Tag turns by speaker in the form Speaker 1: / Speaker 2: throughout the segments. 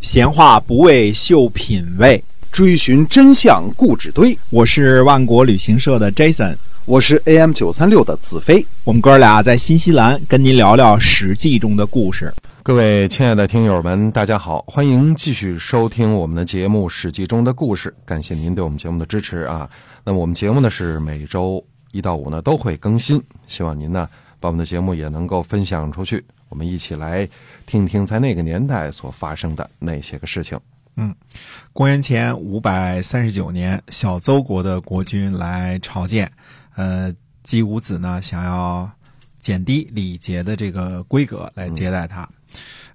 Speaker 1: 闲话不为秀品味，
Speaker 2: 追寻真相故纸堆。
Speaker 1: 我是万国旅行社的 Jason，
Speaker 2: 我是 AM 九三六的子飞。
Speaker 1: 我们哥俩在新西兰跟您聊聊《史记》中的故事。
Speaker 3: 各位亲爱的听友们，大家好，欢迎继续收听我们的节目《史记》中的故事。感谢您对我们节目的支持啊！那么我们节目呢是每周一到五呢都会更新，希望您呢把我们的节目也能够分享出去，我们一起来听听在那个年代所发生的那些个事情。
Speaker 1: 公元前五百三十九年，小邹国的国君来朝见，呃，姬武子呢想要减低礼节的这个规格来接待他。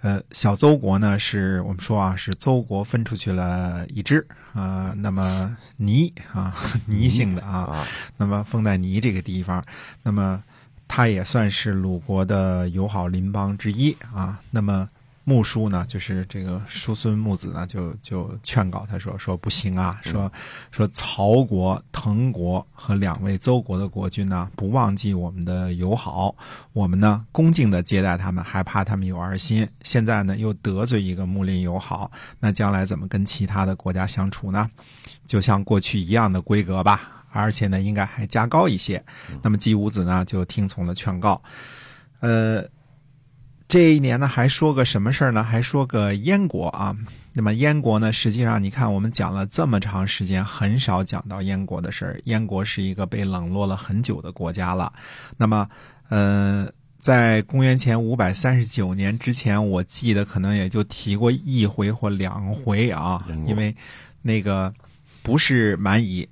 Speaker 1: 呃，小邹国呢是我们说啊，是邹国分出去了一支啊、呃那么泥啊， 泥性的啊
Speaker 3: 啊，
Speaker 1: 那么封在泥这个地方，那么它也算是鲁国的友好邻邦之一啊。那么穆叔呢，就是这个叔孙穆子呢，就就劝告他说：“说不行啊，说说曹国、滕国和两位邹国的国君呢，不忘记我们的友好，我们呢恭敬的接待他们，还怕他们有二心。现在呢又得罪一个睦邻友好，那将来怎么跟其他的国家相处呢？就像过去一样的规格吧。”而且呢，应该还加高一些。那么季武子呢，就听从了劝告。呃，这一年呢，还说个什么事儿呢？还说个燕国啊。那么燕国呢，实际上你看，我们讲了这么长时间，很少讲到燕国的事儿。燕国是一个被冷落了很久的国家了。那么，呃，在公元前五百三十九年之前，我记得可能也就提过一回或两回啊
Speaker 3: 燕，国啊
Speaker 1: 因为那个不是蛮夷，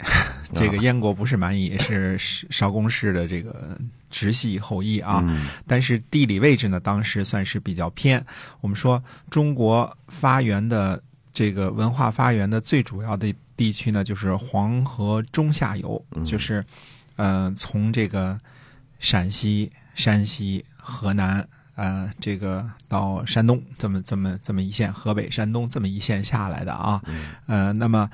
Speaker 1: 这个燕国不是蛮夷，是是邵公氏的这个直系后裔
Speaker 3: 嗯
Speaker 1: 啊。但是地理位置呢，当时算是比较偏。我们说中国发源的这个文化发源的最主要的地区呢，就是黄河中下游，就是呃，从这个陕西、山西、河南。呃，这个到山东这么这么这么一线，河北、山东这么一线下来的啊，呃，那么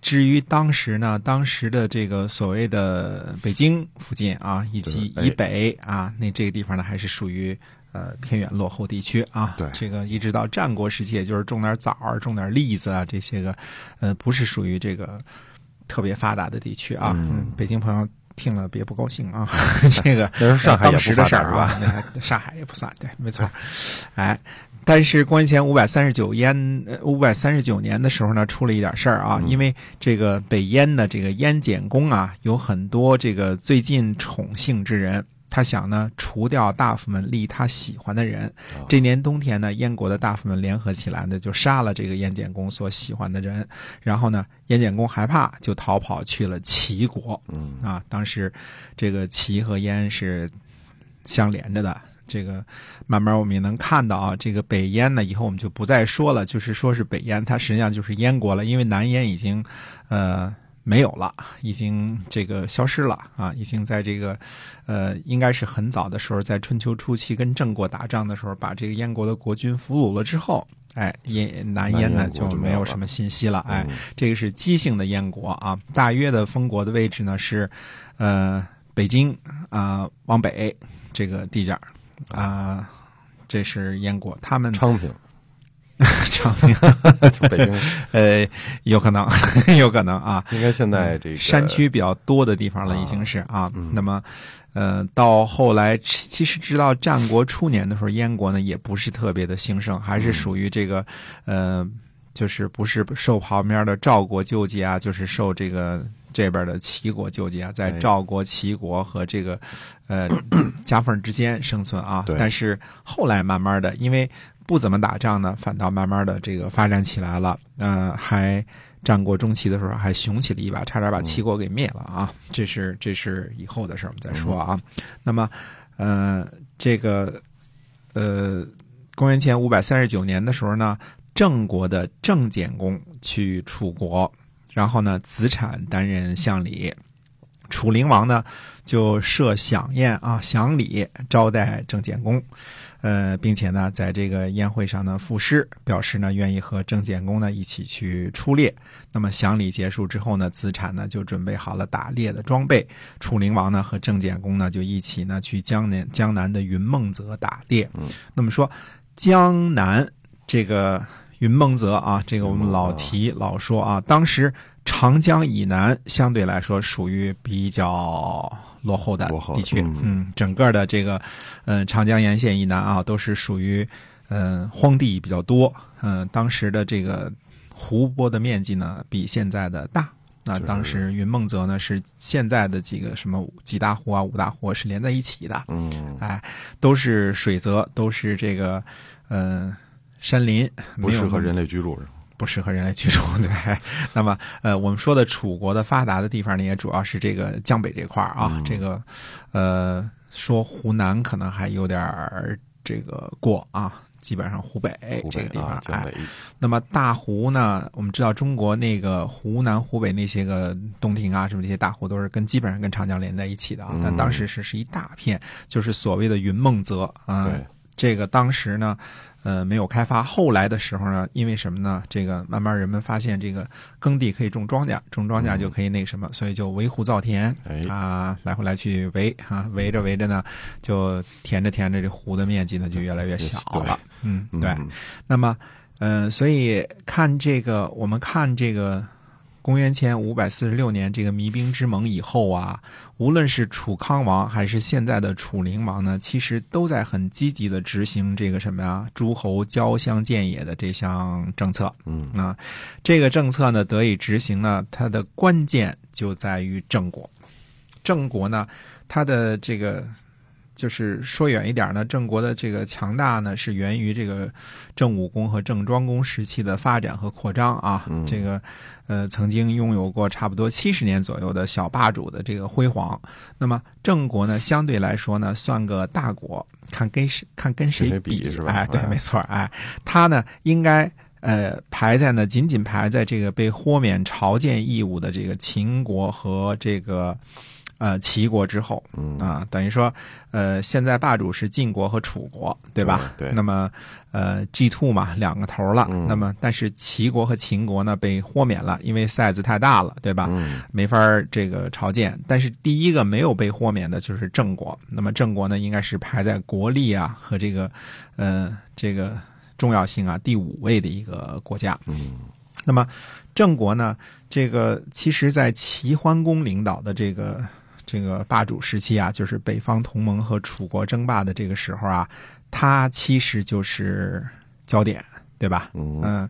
Speaker 1: 至于当时呢，当时的这个所谓的北京附近啊，以及
Speaker 3: 对哎
Speaker 1: 以北啊，那这个地方呢，还是属于呃偏远落后地区啊。
Speaker 3: 对
Speaker 1: 这个一直到战国时期，也就是种点枣儿、种点栗子啊这些个，呃，不是属于这个特别发达的地区啊。嗯，北京朋友听了别不高兴啊， 这个
Speaker 3: 那时候上海也
Speaker 1: 当
Speaker 3: 不
Speaker 1: 时的
Speaker 3: 发
Speaker 1: 事
Speaker 3: 达啊
Speaker 1: 儿吧？那上海也不算对，没错。哎，但是公元前五百三十九燕五百三十九年的时候呢，出了一点事儿啊，
Speaker 3: 嗯
Speaker 1: 因为这个北燕的这个燕简公啊，有很多这个最近宠幸之人。他想呢，除掉大夫们立他喜欢的人。
Speaker 3: 啊
Speaker 1: 这年冬天呢，燕国的大夫们联合起来呢，就杀了这个燕简公所喜欢的人。然后呢，燕简公害怕，就逃跑去了齐国。
Speaker 3: 嗯
Speaker 1: 啊，当时这个齐和燕是相连着的。这个呃慢慢我们也能看到啊，这个北燕呢，以后我们就不再说了，就是说是北燕，它实际上就是燕国了，因为南燕已经呃没有了，已经这个消失了啊，已经在这个呃应该是很早的时候，在春秋初期跟郑国打仗的时候，把这个燕国的国君俘虏了之后，哎，燕南
Speaker 3: 南
Speaker 1: 燕呢
Speaker 3: 燕国
Speaker 1: 就
Speaker 3: 就没
Speaker 1: 没
Speaker 3: 有
Speaker 1: 有
Speaker 3: 了
Speaker 1: 什么信息了，哎，
Speaker 3: 嗯
Speaker 1: 这个是姬姓的燕国啊，大约的封国的位置呢是，呃，北京啊、往北这个地界儿啊、这是燕国，他们
Speaker 3: 昌平，
Speaker 1: 昌 平，
Speaker 3: 就北京
Speaker 1: 呃，有可能， 有可能啊，
Speaker 3: 应该现在这个嗯
Speaker 1: 山区比较多的地方了，已经是啊。那么，呃，到后来，其实直到战国初年的时候，燕国呢也不是特别的兴盛，还
Speaker 3: 嗯
Speaker 1: 是属于这个，呃，就是不是受旁边的赵国救济啊，就是受这个。这边的齐国救济啊，在
Speaker 3: 哎
Speaker 1: 赵国、齐国和这个，呃，夹缝之间生存啊。
Speaker 3: 对
Speaker 1: 但是后来慢慢的，因为不怎么打仗呢，反倒慢慢的这个发展起来了。呃，还战国中期的时候还雄起了一把，差点把齐国给灭了啊！这是这是以后的事儿，我们再说啊。那么，呃，这个呃，公元前五百三十九年的时候呢，郑国的郑简公去楚国，然后呢，子产担任相礼。楚灵王呢，就设享宴啊，享礼招待郑简公，呃，并且呢，在这个宴会上呢赋诗，表示呢愿意和郑简公呢一起去出猎。那么享礼结束之后呢，子产呢就准备好了打猎的装备，楚灵王呢和郑简公呢就一起呢去江南江南的云梦泽打猎。那么说江南这个云梦泽啊，这个我们老提老说啊，当时长江以南相对来说属于比较落后的
Speaker 3: 落后的
Speaker 1: 地区，
Speaker 3: 嗯
Speaker 1: 嗯，整个的这个，嗯，长江沿线以南啊，都是属于嗯荒地比较多，嗯，当时的这个湖泊的面积呢比现在的大。那
Speaker 3: 就是
Speaker 1: 当时云梦泽呢是现在的几个什么几大湖啊五大湖啊是连在一起的，
Speaker 3: 嗯，
Speaker 1: 哎，都是水泽，都是这个，呃，山林，
Speaker 3: 不
Speaker 1: 没有
Speaker 3: 适合人类居住。
Speaker 1: 不适合人类居住。 对，那么呃，我们说的楚国的发达的地方呢，也主要是这个江北这块儿啊，
Speaker 3: 嗯
Speaker 1: 这个呃，说湖南可能还有点儿这个过啊。基本上湖北
Speaker 3: 湖
Speaker 1: 这
Speaker 3: 北
Speaker 1: 个地方
Speaker 3: 啊，，江
Speaker 1: 哎
Speaker 3: 北，
Speaker 1: 那么大湖呢？我们知道中国那个湖南、湖北那些个洞庭啊，什么这些大湖都是跟基本上跟长江连在一起的啊
Speaker 3: 嗯。
Speaker 1: 但当时是是一大片，就是所谓的云梦泽啊、
Speaker 3: 对
Speaker 1: 这个当时呢，呃，没有开发。后来的时候呢，因为什么呢？这个慢慢人们发现这个耕地可以种庄稼，种庄稼就可以那什么，所以就围湖造田
Speaker 3: 哎
Speaker 1: 啊，来回来去围啊，围着围着呢，就填着填着这湖的面积呢就越来越小了。嗯，
Speaker 3: 嗯
Speaker 1: 对。那么，呃，所以看这个，我们看这个公元前五百四十六年这个弭兵之盟以后啊，无论是楚康王还是现在的楚灵王呢，其实都在很积极的执行这个什么呀，诸侯交相建也的这项政策。
Speaker 3: 嗯
Speaker 1: 啊，这个政策呢得以执行呢，它的关键就在于郑国。郑国呢，它的这个就是说远一点呢，郑国的这个强大呢，是源于这个郑武公和郑庄公时期的发展和扩张啊。
Speaker 3: 嗯
Speaker 1: 这个呃，曾经拥有过差不多七十年左右的小霸主的这个辉煌。那么郑国呢，相对来说呢，算个大国，看跟谁看跟谁
Speaker 3: 跟谁比是吧
Speaker 1: 哎，对
Speaker 3: 哎，
Speaker 1: 没错，哎，他呢应该。呃，排在呢，仅仅排在这个被豁免朝见义务的这个秦国和这个呃齐国之后，
Speaker 3: 嗯
Speaker 1: 啊，等于说，呃，现在霸主是晋国和楚国，对吧？
Speaker 3: 对对
Speaker 1: 那么，呃，G two 嘛，两个头了。
Speaker 3: 嗯
Speaker 1: 那么，但是齐国和秦国呢被豁免了，因为 size 太大了，对吧？
Speaker 3: 嗯
Speaker 1: 没法儿这个朝见。但是第一个没有被豁免的就是郑国，那么郑国呢，应该是排在国力啊和这个，呃，这个重要性啊第五位的一个国家。
Speaker 3: 嗯
Speaker 1: 那么郑国呢，这个其实在齐桓公领导的这个这个霸主时期啊，就是北方同盟和楚国争霸的这个时候啊，它其实就是焦点，对吧？
Speaker 3: 嗯
Speaker 1: 嗯，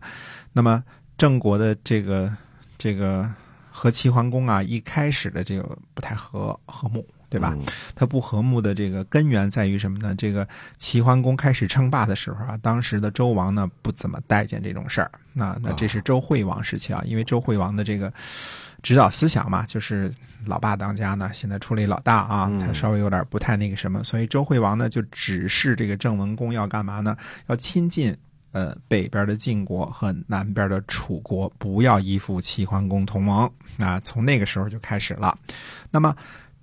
Speaker 1: 那么郑国的这个这个和齐桓公啊，一开始的这个不太和和睦，对吧？？
Speaker 3: 嗯
Speaker 1: 它不和睦的这个根源在于什么呢？这个齐桓公开始称霸的时候啊，当时的周王呢不怎么待见这种事儿。那那这是周惠王时期啊，因为周惠王的这个指导思想嘛，就是老爸当家呢，现在出了一老大啊
Speaker 3: 嗯，
Speaker 1: 他稍微有点不太那个什么，所以周惠王呢就指示这个郑文公要干嘛呢？要亲近。呃，北边的晋国和南边的楚国不要依附齐桓公同盟啊，从那个时候就开始了。那么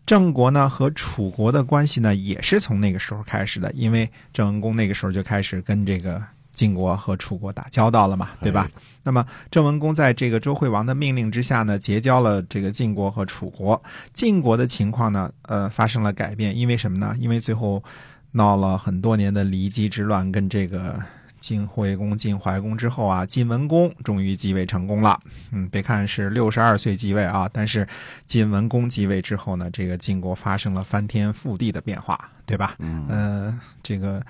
Speaker 1: 郑国呢和楚国的关系呢，也是从那个时候开始的，因为郑文公那个时候就开始跟这个晋国和楚国打交道了嘛，对吧？那么郑文公在这个周惠王的命令之下呢，结交了这个晋国和楚国。晋国的情况呢，呃，发生了改变，因为什么呢？因为最后闹了很多年的骊姬之乱跟这个。晋惠公、晋怀公之后啊，晋文公终于继位成功了。嗯，别看是六十二岁继位啊，但是晋文公继位之后呢，这个晋国发生了翻天覆地的变化，对吧？
Speaker 3: 嗯
Speaker 1: 呃，这个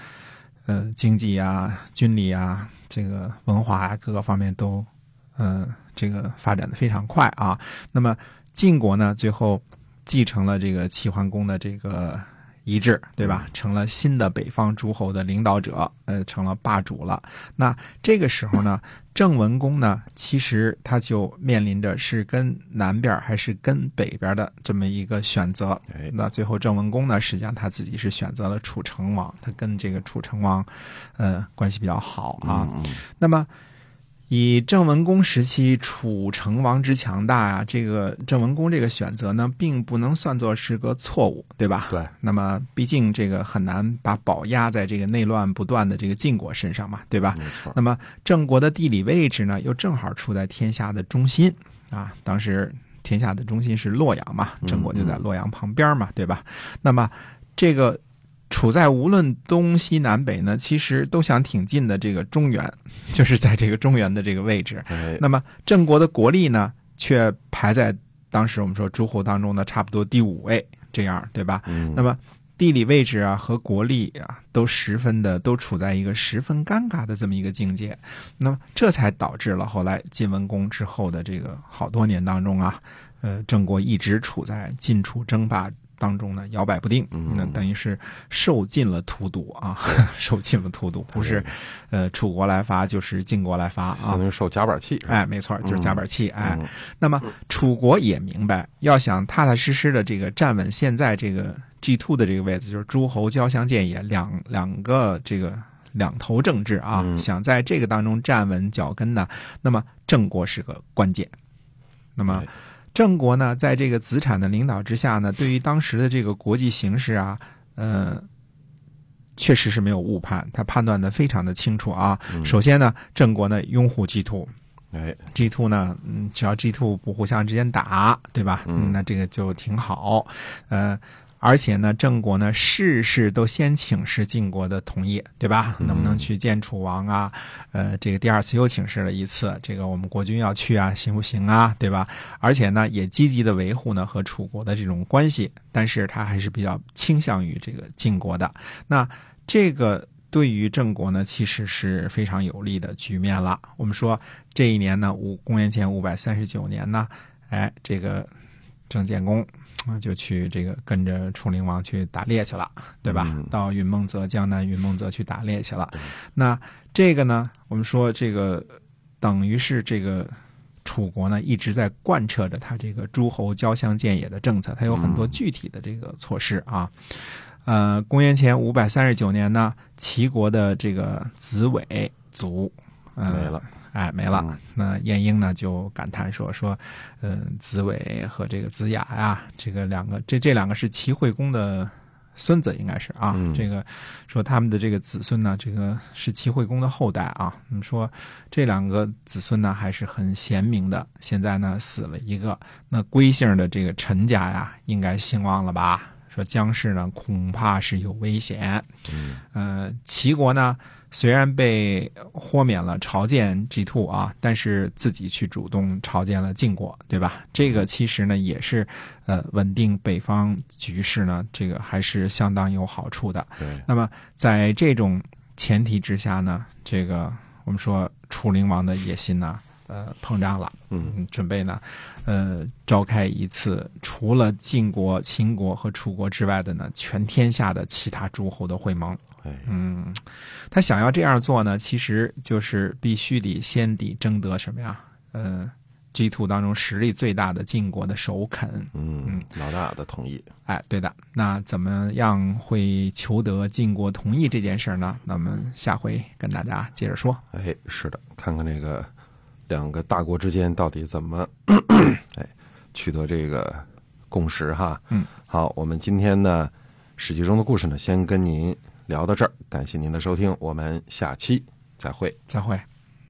Speaker 1: 呃经济啊、军力啊、这个文化啊各个方面都呃这个发展的非常快啊。那么晋国呢，最后继承了这个齐桓公的这个遗志，对吧？成了新的北方诸侯的领导者，呃，成了霸主了。那这个时候呢，郑文公呢，其实他就面临着是跟南边儿还是跟北边儿的这么一个选择。
Speaker 3: 哎
Speaker 1: 那最后郑文公呢，实际上他自己是选择了楚成王，他跟这个楚成王，呃，关系比较好啊。
Speaker 3: 嗯
Speaker 1: 那么。以郑文公时期楚成王之强大啊，这个郑文公这个选择呢，并不能算作是个错误，对吧？
Speaker 3: 对，
Speaker 1: 那么毕竟这个很难把宝压在这个内乱不断的这个晋国身上嘛，对吧？
Speaker 3: 没错，
Speaker 1: 那么郑国的地理位置呢，又正好处在天下的中心啊。当时天下的中心是洛阳嘛，郑国就在洛阳旁边嘛，对吧？那么这个处在无论东西南北呢，其实都想挺近的这个中原， 就是在这个中原的这个位置。
Speaker 3: 哎，
Speaker 1: 那么郑国的国力呢，却排在当时我们说诸侯当中的差不多第五位，这样对吧？
Speaker 3: 嗯
Speaker 1: 那么地理位置啊和国力啊都十分的都处在一个十分尴尬的这么一个境界，那么这才导致了后来晋文公之后的这个好多年当中啊，呃，郑国一直处在晋楚争霸。当中呢摇摆不定，
Speaker 3: 嗯
Speaker 1: 那等于是受尽了荼毒啊， 受尽了荼毒，不是，呃，楚国来发就是晋国来发啊
Speaker 3: 相，当于受夹板气是吧？
Speaker 1: 哎，没错，就是夹板器。哎
Speaker 3: 嗯，
Speaker 1: 那么楚国也明白，要想踏踏实实的这个站稳现在这个 G two 的这个位置，就是诸侯交相见也，两两个这个两头政治啊，
Speaker 3: 嗯
Speaker 1: 想在这个当中站稳脚跟呢，那么郑国是个关键。那么
Speaker 3: 对
Speaker 1: 郑国呢，在这个子产的领导之下呢，对于当时的这个国际形势啊，呃，确实是没有误判，他判断的非常的清楚啊。
Speaker 3: 嗯
Speaker 1: 首先呢，郑国呢拥护 G two，
Speaker 3: 哎，
Speaker 1: G two 呢，嗯，只要 G two 不互相之间打，对吧？
Speaker 3: 嗯
Speaker 1: 那这个就挺好。呃，而且呢，郑国呢，事事都先请示晋国的同意，对吧？
Speaker 3: 嗯
Speaker 1: 能不能去见楚王啊？呃，这个第二次又请示了一次，这个我们国君要去啊，行不行啊？对吧？而且呢，也积极的维护呢和楚国的这种关系，但是他还是比较倾向于这个晋国的。那这个对于郑国呢，其实是非常有利的局面了。我们说这一年呢，五公元前五百三十九年呢，哎，这个郑简公啊就去这个跟着楚灵王去打猎去了，对吧？
Speaker 3: 嗯
Speaker 1: 到云梦泽江南云梦泽去打猎去了。那这个呢，我们说这个等于是这个。楚国呢一直在贯彻着他这个诸侯交相见也的政策，它有很多
Speaker 3: 嗯
Speaker 1: 具体的这个措施啊。呃，公元前五百三十九年呢，齐国的这个子尾族、呃、
Speaker 3: 没了，
Speaker 1: 哎，没了。
Speaker 3: 嗯
Speaker 1: 那晏婴呢就感叹说说，嗯、子尾和这个子雅呀、这个两个这这两个是齐惠公的孙子，应该是啊，
Speaker 3: 嗯
Speaker 1: 这个说他们的这个子孙呢，这个是齐惠公的后代啊。我们说这两个子孙呢还是很贤明的，现在呢死了一个，那归姓的这个陈家呀，应该兴旺了吧？说姜氏呢，恐怕是有危险。
Speaker 3: 嗯
Speaker 1: 呃，齐国呢，虽然被豁免了朝见 G two 啊，但是自己去主动朝见了晋国，对吧？这个其实呢，也是呃稳定北方局势呢，这个还是相当有好处的。
Speaker 3: 对，
Speaker 1: 那么在这种前提之下呢，这个我们说楚灵王的野心呢，呃，膨胀了。
Speaker 3: 嗯
Speaker 1: 嗯，准备呢，呃，召开一次除了晋国、秦国和楚国之外的呢，全天下的其他诸侯的会盟。
Speaker 3: 哎，
Speaker 1: 嗯，他想要这样做呢，其实就是必须得先得征得什么呀？呃，G two 当中实力最大的晋国的首肯。
Speaker 3: 嗯，老大的同意，
Speaker 1: 哎，对的。那怎么样会求得晋国同意这件事儿呢？那我们下回跟大家接着说。
Speaker 3: 哎，是的，看看这个两个大国之间到底怎么哎取得这个共识哈。
Speaker 1: 嗯，
Speaker 3: 好，我们今天呢《史记》中的故事呢，先跟您聊到这儿，感谢您的收听，我们下期再会。
Speaker 1: 再会。